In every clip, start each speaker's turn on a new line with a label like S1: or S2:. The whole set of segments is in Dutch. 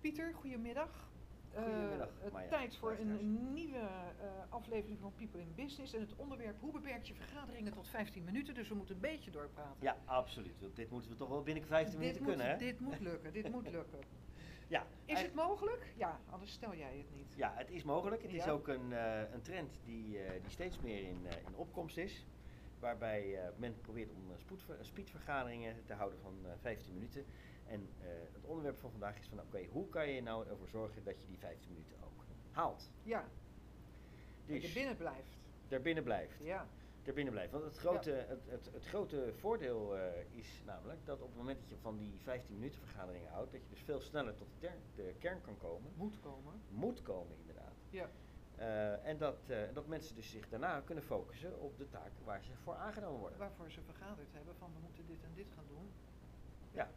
S1: Pieter, goedemiddag. Eh,
S2: Goedemiddag,
S1: het
S2: Maya,
S1: tijd voor een
S2: luisteraars.
S1: nieuwe eh, aflevering van People in Business. En het onderwerp, hoe beperk je vergaderingen tot 15 minuten? Dus we moeten een beetje doorpraten.
S2: Ja, absoluut. Want dit moeten we toch wel binnen 15
S1: dit
S2: minuten
S1: moet,
S2: kunnen, hè?
S1: Dit moet lukken, dit moet lukken.
S2: ja,
S1: Is
S2: en-
S1: het mogelijk? Ja, anders stel jij het niet.
S2: ja, het is mogelijk. Het is
S1: Ja.
S2: ook een, eh, een trend die, eh, die steeds meer in, eh, in opkomst is. Waarbij eh, men probeert om eh, spoedver- eh, speedvergaderingen te houden van eh, 15 minuten. En eh, het onderwerp van vandaag is van, oké, hoe kan je nou ervoor zorgen dat je die 15 minuten ook haalt?
S1: Ja, dat je
S2: Dus
S1: binnen blijft.
S2: daarbinnen blijft.
S1: Ja,
S2: Daarbinnen blijft. Want het grote, het, het, het grote voordeel eh, is namelijk dat op het moment dat je van die 15 minuten vergaderingen houdt, dat je dus veel sneller tot de, ter- de kern kan komen.
S1: moet komen.
S2: Moet komen inderdaad.
S1: Ja,
S2: Eh, en dat, eh, dat mensen dus zich daarna kunnen focussen op de taken waar ze voor aangenomen worden.
S1: waarvoor ze vergaderd hebben van we moeten dit en dit gaan doen.
S2: Ja.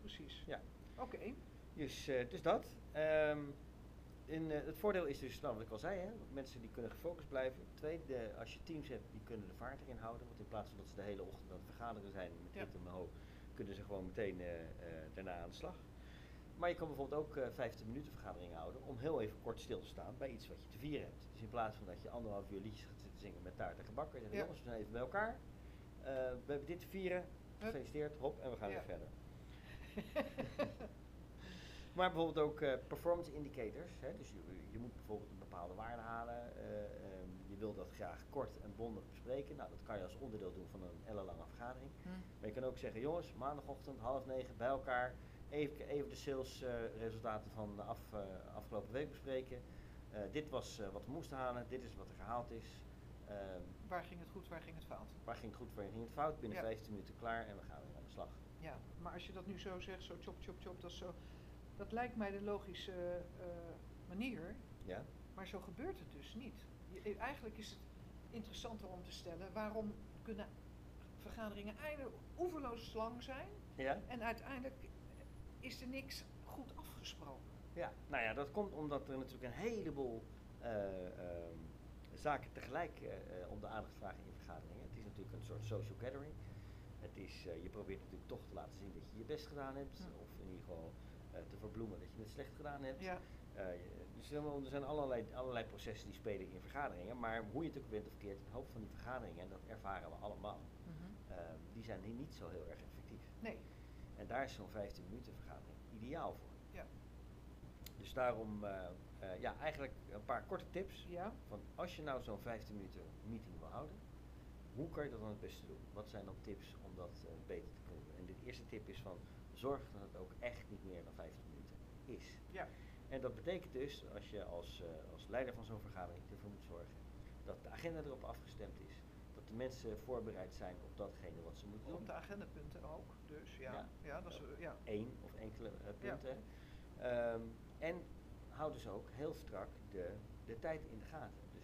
S1: Precies.
S2: Ja.
S1: Oké.
S2: Dus, eh, dus dat. Ehm, in, eh, het voordeel is dus, nou, wat ik al zei, hè, mensen die kunnen gefocust blijven. Tweede, als je teams hebt, die kunnen de vaart erin houden. Want in plaats van dat ze de hele ochtend aan het vergaderen zijn met
S1: Ja.
S2: dit en ho, kunnen ze gewoon meteen eh, eh, daarna aan de slag. Maar je kan bijvoorbeeld ook eh 15 minuten vergaderingen houden om heel even kort stil te staan bij iets wat je te vieren hebt. Dus in plaats van dat je anderhalf uur liedjes gaat zitten zingen met taart en gebak, zeggen
S1: Ja.
S2: jongens, we zijn even bij elkaar. Eh, we hebben dit te vieren. Gefeliciteerd, hop, en we gaan
S1: Ja.
S2: weer verder. Maar bijvoorbeeld ook eh, performance indicators. Hè? Dus je, je moet bijvoorbeeld een bepaalde waarde halen. eh, ehm, je wil dat graag kort en bondig bespreken. Nou, dat kan je als onderdeel doen van een ellenlange vergadering.
S1: Hm.
S2: Maar je kan ook zeggen, jongens, maandagochtend half negen bij elkaar. Even, even de salesresultaten van de af, eh, afgelopen week bespreken. Eh, dit was eh, wat we moesten halen. Dit is wat er gehaald is. Ehm,
S1: Waar ging het goed, waar ging het fout?
S2: waar ging het goed, waar ging het fout? Binnen
S1: Ja.
S2: 15 minuten klaar en we gaan weer aan de slag.
S1: Ja, maar als je dat nu zo zegt, zo chop, chop, chop, dat, is zo, dat lijkt mij de logische eh, manier.
S2: Ja?
S1: Maar zo gebeurt het dus niet. Je- eh, eigenlijk is het interessanter om te stellen waarom kunnen vergaderingen einde oeverloos lang zijn
S2: Ja?
S1: en uiteindelijk is er niks goed afgesproken.
S2: Ja, nou ja, dat komt omdat er natuurlijk een heleboel eh, ehm, zaken tegelijk eh, eh, om de aandacht vragen in vergaderingen. Het is natuurlijk een soort social gathering. Het is, eh, je probeert natuurlijk toch te laten zien dat je je best gedaan hebt,
S1: Ja.
S2: of in ieder geval eh, te verbloemen dat je het slecht gedaan hebt.
S1: Ja,
S2: Eh, je- dus helemaal- er zijn allerlei, allerlei processen die spelen in vergaderingen, maar hoe je het ook bent of keert, een hoop van die vergaderingen, en dat ervaren we allemaal, eh, die zijn hier niet zo heel erg effectief.
S1: nee,
S2: En daar is zo'n 15 minuten vergadering ideaal voor.
S1: ja,
S2: Dus daarom, eh, eh, ja, eigenlijk een paar korte tips.
S1: ja,
S2: Van als je nou zo'n 15 minuten meeting wil houden, hoe kan je dat dan het beste doen? Wat zijn dan tips om dat eh, beter te kunnen doen? En de eerste tip is van, zorg dat het ook echt niet meer dan 15 minuten is.
S1: ja,
S2: En dat betekent dus, als je als, eh, als leider van zo'n vergadering ervoor moet zorgen, dat de agenda erop afgestemd is. Dat de mensen voorbereid zijn op datgene wat ze moeten doen.
S1: op de agendapunten ook, dus ja, ja,
S2: Ja.
S1: dat is, ja,
S2: één of enkele eh,
S1: Ja.
S2: punten. Ehm, en hou dus ook heel strak de, de tijd in de gaten. Dus,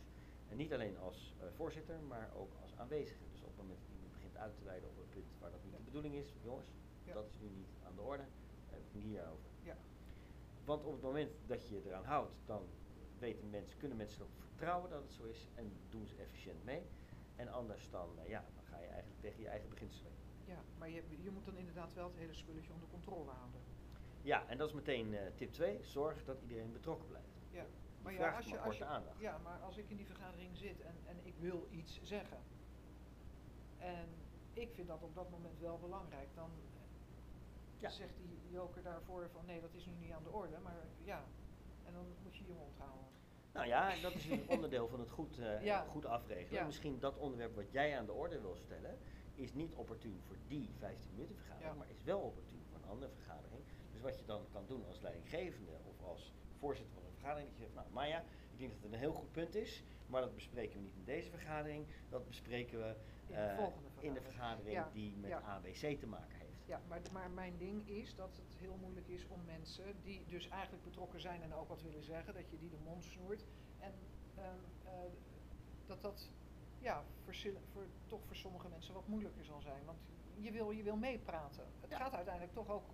S2: en niet alleen als eh, voorzitter, maar ook als aanwezige. Dus op het moment dat iemand begint uit te wijden op een punt waar dat niet
S1: Ja.
S2: de bedoeling is, jongens,
S1: Ja.
S2: dat is nu niet aan de orde, daar heb ik het niet over.
S1: ja,
S2: Want op het moment dat je je eraan houdt, dan weten mensen, kunnen mensen erop vertrouwen dat het zo is en doen ze efficiënt mee. En anders dan, eh, ja, dan ga je eigenlijk tegen je eigen beginselen. in.
S1: ja. Maar je, je moet dan inderdaad wel het hele spulletje onder controle houden.
S2: Ja, en dat is meteen eh, tip 2. Zorg dat iedereen betrokken blijft.
S1: Ja, maar ja,
S2: vraagt
S1: als je,
S2: maar
S1: als je,
S2: korte aandacht.
S1: ja, maar als ik in die vergadering zit en, en ik wil iets zeggen. En ik vind dat op dat moment wel belangrijk, dan
S2: Ja.
S1: zegt die joker daarvoor van nee, dat is nu niet aan de orde, maar ja. En dan moet je je mond houden.
S2: Nou ja, en dat is een onderdeel van het goed, eh,
S1: Ja.
S2: goed afregelen.
S1: Ja.
S2: Misschien dat onderwerp wat jij aan de orde wil stellen, is niet opportun voor die 15 minuten vergadering,
S1: Ja.
S2: maar is wel opportun voor een andere vergadering. Dus wat je dan kan doen als leidinggevende of als voorzitter van een vergadering, dat je zegt, nou Maya, ik denk dat het een heel goed punt is, maar dat bespreken we niet in deze vergadering, dat bespreken we
S1: de
S2: eh,
S1: volgende
S2: in de
S1: vergadering.
S2: vergadering
S1: Ja,
S2: die met
S1: ja.
S2: ABC te maken heeft.
S1: Ja, maar, maar mijn ding is dat het heel moeilijk is om mensen die dus eigenlijk betrokken zijn en ook wat willen zeggen, dat je die de mond snoert. En ehm, eh, dat dat ja, voor, sil- voor- toch voor sommige mensen wat moeilijker zal zijn. Want je wil, je wil meepraten. Het
S2: Ja.
S1: gaat uiteindelijk toch ook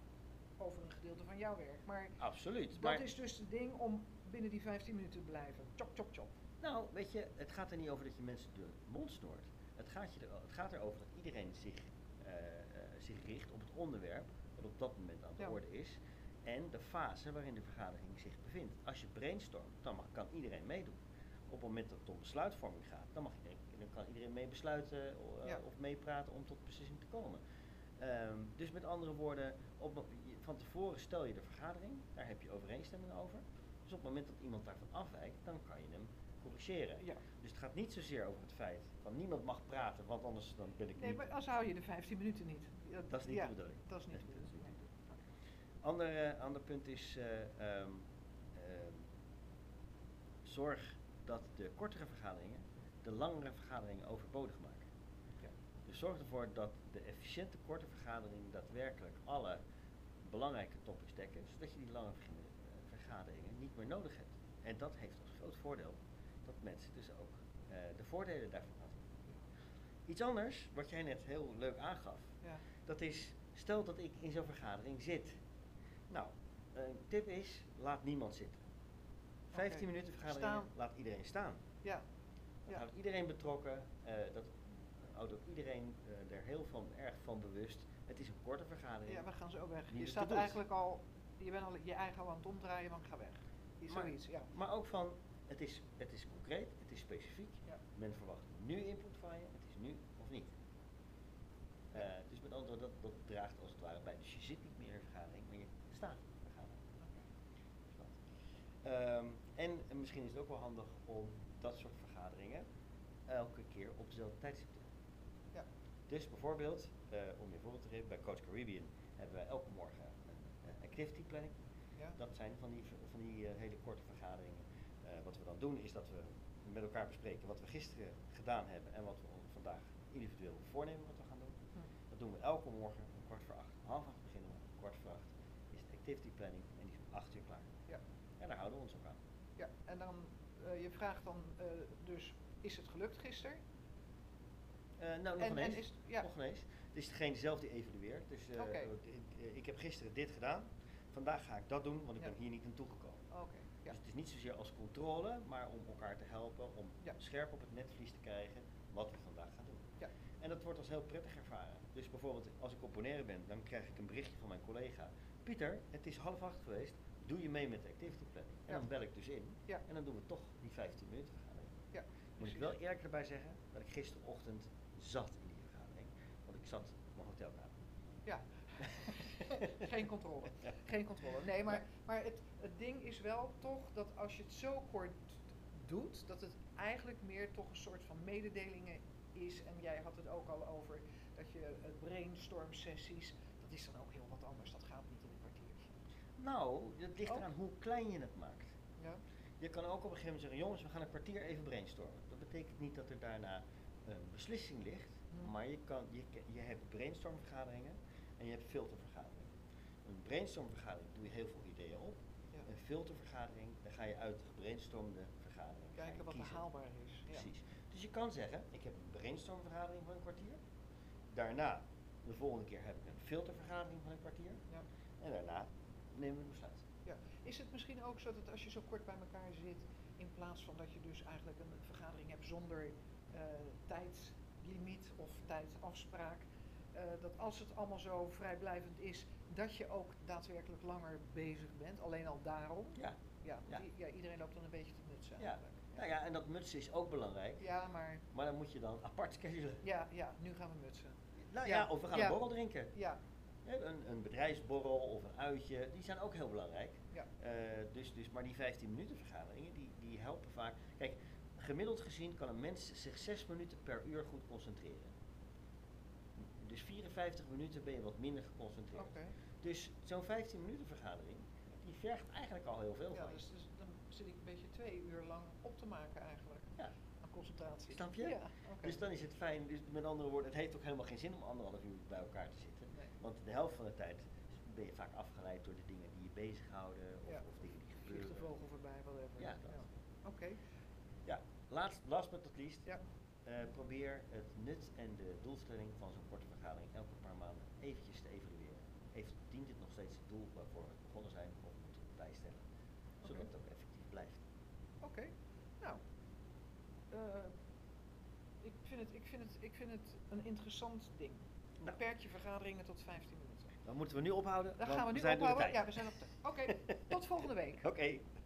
S1: over een gedeelte van jouw werk. Maar
S2: Absoluut.
S1: dat
S2: maar-
S1: is dus het ding om binnen die 15 minuten te blijven. Chop, chop, chop.
S2: Nou, weet je, het gaat er niet over dat je mensen de mond snoert. Het gaat, je er, het gaat erover dat iedereen zich, eh, eh, zich richt op het onderwerp wat op dat moment aan de
S1: Ja.
S2: orde is. en de fase waarin de vergadering zich bevindt. Als je brainstormt, dan mag, kan iedereen meedoen. Op het moment dat het om besluitvorming gaat, dan, mag iedereen, dan kan iedereen mee besluiten eh,
S1: Ja.
S2: of meepraten om tot beslissing te komen. Ehm, dus met andere woorden, op, je- van tevoren stel je de vergadering, daar heb je overeenstemming over. Dus op het moment dat iemand daarvan afwijkt, dan kan je hem corrigeren.
S1: Ja.
S2: Dus het gaat niet zozeer over het feit van niemand mag praten, want anders dan ben ik
S1: Nee,
S2: niet.
S1: maar als hou je de 15 minuten niet.
S2: Dat is niet
S1: ja,
S2: de bedoeling.
S1: Dat is niet
S2: Nee,
S1: de
S2: dat is
S1: bedoeling.
S2: niet
S1: nee.
S2: Ander, eh, ander punt is, eh, ehm, ehm, zorg dat de kortere vergaderingen de langere vergaderingen overbodig maken.
S1: Ja.
S2: Dus zorg ervoor dat de efficiënte korte vergaderingen daadwerkelijk alle belangrijke topics dekken, zodat je die lange verg- eh, vergaderingen niet meer nodig hebt. En dat heeft als groot voordeel dat mensen dus ook eh, de voordelen daarvan hadden. Iets anders, wat jij net heel leuk aangaf,
S1: Ja.
S2: dat is, stel dat ik in zo'n vergadering zit. Nou, een tip is, laat niemand zitten. 15
S1: Oké.
S2: minuten vergadering,
S1: Staan.
S2: laat iedereen staan.
S1: Ja.
S2: Dat
S1: Ja.
S2: houdt Nou, iedereen betrokken, eh, dat houdt ook iedereen eh, er heel van, erg van bewust. Het is een korte vergadering.
S1: ja, we gaan zo weg.
S2: die
S1: Je
S2: het
S1: staat
S2: doet.
S1: eigenlijk al, je bent al je eigen al aan het omdraaien, want ik ga weg. Is
S2: Maar-
S1: Zoiets, ja.
S2: Maar ook van, het is, het is concreet, het is specifiek.
S1: Ja.
S2: Men verwacht nu input van je, het is nu of niet. Eh, dus met andere woorden, dat, dat draagt als het ware bij. Dus je zit niet meer in een vergadering, maar je staat in een vergadering. Dus dat. Ehm, en eh, misschien is het ook wel handig om dat soort vergaderingen elke keer op dezelfde tijdstip te doen.
S1: Ja.
S2: Dus bijvoorbeeld, eh, om je een voorbeeld te geven, bij Coach Caribbean hebben wij elke morgen een eh, activity planning.
S1: Ja.
S2: Dat zijn van die, van die eh, hele korte vergaderingen. Eh, wat we dan doen is dat we met elkaar bespreken wat we gisteren gedaan hebben en wat we on- vandaag individueel voornemen wat we gaan doen.
S1: Hm.
S2: Dat doen we elke morgen om kwart voor acht. Half acht beginnen we, om kwart voor acht is de activity planning en die is om acht uur klaar.
S1: Ja.
S2: En daar houden we ons ook aan.
S1: Ja, en dan, eh, je vraagt dan eh, dus, is het gelukt gisteren?
S2: Eh, nou, nog
S1: En- en
S2: ineens.
S1: is- ja.
S2: Nog ineens. Het is degene zelf die evalueert. Dus eh,
S1: Oké.
S2: ik, ik heb gisteren dit gedaan. Vandaag ga ik dat doen, want ik
S1: Ja.
S2: ben hier niet aan toegekomen.
S1: Oké, ja.
S2: Dus het is niet zozeer als controle, maar om elkaar te helpen, om
S1: Ja.
S2: scherp op het netvlies te krijgen wat we vandaag gaan doen.
S1: Ja.
S2: En dat wordt als heel prettig ervaren. Dus bijvoorbeeld als ik op Bonaire ben, dan krijg ik een berichtje van mijn collega. Pieter, het is half acht geweest, doe je mee met de activity planning? En
S1: Ja.
S2: dan bel ik dus in
S1: Ja.
S2: en dan doen we toch die 15 minuten vergadering.
S1: Ja,
S2: Moet ik
S1: precies.
S2: wel eerlijk erbij zeggen dat ik gisterochtend zat in die vergadering, want ik zat op mijn hotelkamer.
S1: Ja. Geen controle. Geen controle. Nee, maar, maar het, het ding is wel toch dat als je het zo kort doet, dat het eigenlijk meer toch een soort van mededelingen is. En jij had het ook al over dat je eh, brainstorm sessies, dat is dan ook heel wat anders. Dat gaat niet in een kwartiertje.
S2: Nou, dat ligt
S1: Oh.
S2: eraan hoe klein je het maakt.
S1: Ja?
S2: Je kan ook op een gegeven moment zeggen, jongens, we gaan een kwartier even brainstormen. Dat betekent niet dat er daarna een beslissing ligt,
S1: Hmm.
S2: maar je, kan, je, ke- je hebt brainstormvergaderingen en je hebt filtervergaderingen. Een brainstormvergadering doe je heel veel ideeën op.
S1: Ja.
S2: Een filtervergadering, dan ga je uit de gebrainstormde vergadering. ga je
S1: Kijken wat er
S2: kiezen.
S1: haalbaar is. Ja.
S2: Precies. Dus je kan zeggen, ik heb een brainstormvergadering van een kwartier. Daarna, de volgende keer heb ik een filtervergadering van een kwartier.
S1: Ja.
S2: En daarna nemen we een besluit.
S1: Ja. Is het misschien ook zo dat als je zo kort bij elkaar zit, in plaats van dat je dus eigenlijk een vergadering hebt zonder eh, tijdslimiet of tijdafspraak, eh, dat als het allemaal zo vrijblijvend is, dat je ook daadwerkelijk langer bezig bent, alleen al daarom?
S2: Ja.
S1: Ja, want
S2: Ja.
S1: i- ja, iedereen loopt dan een beetje te mutsen
S2: Ja.
S1: eigenlijk.
S2: Nou ja, en dat mutsen is ook belangrijk.
S1: Ja, maar
S2: Maar dan moet je dan apart schedulen.
S1: ja, ja, nu gaan we mutsen.
S2: Nou ja,
S1: Ja,
S2: of we gaan
S1: ja.
S2: een borrel drinken.
S1: Ja,
S2: Hè, Een, een bedrijfsborrel of een uitje, die zijn ook heel belangrijk.
S1: ja,
S2: Eh, dus, dus, maar die 15 minuten vergaderingen, die, die helpen vaak. Kijk, gemiddeld gezien kan een mens zich 6 minuten per uur goed concentreren. Dus 54 minuten ben je wat minder geconcentreerd.
S1: oké.
S2: Dus zo'n 15 minuten vergadering, die vergt eigenlijk al heel veel
S1: Ja,
S2: van je.
S1: dus, dus dan zit ik een beetje twee uur lang op te maken eigenlijk.
S2: Ja.
S1: Aan concentratie.
S2: Snap je?
S1: Ja, oké.
S2: Dus dan is het fijn, dus met andere woorden, het heeft ook helemaal geen zin om anderhalf uur bij elkaar te zitten.
S1: Nee.
S2: Want de helft van de tijd ben je vaak afgeleid door de dingen die je bezighouden of,
S1: Ja.
S2: of dingen die
S1: Vliegt de
S2: gebeuren.
S1: vogel voorbij, whatever.
S2: Ja, dat.
S1: Oké,
S2: Ja, last, last but not least,
S1: ja.
S2: eh, probeer het nut en de doelstelling van zo'n korte vergadering elke paar maanden eventjes te evalueren. Even dient het nog steeds het doel waarvoor we begonnen zijn of moeten we het bijstellen, zodat
S1: Oké.
S2: het ook effectief blijft.
S1: Oké, nou. eh, ik, vind het, ik, vind het, ik vind het een interessant ding.
S2: Nou.
S1: Beperk je vergaderingen tot 15 minuten.
S2: Dan moeten we nu ophouden.
S1: Dan
S2: want
S1: gaan we nu
S2: zijn door de
S1: ophouden. Ja,
S2: tijd.
S1: we zijn op de. Oké, tot volgende week.
S2: Oké.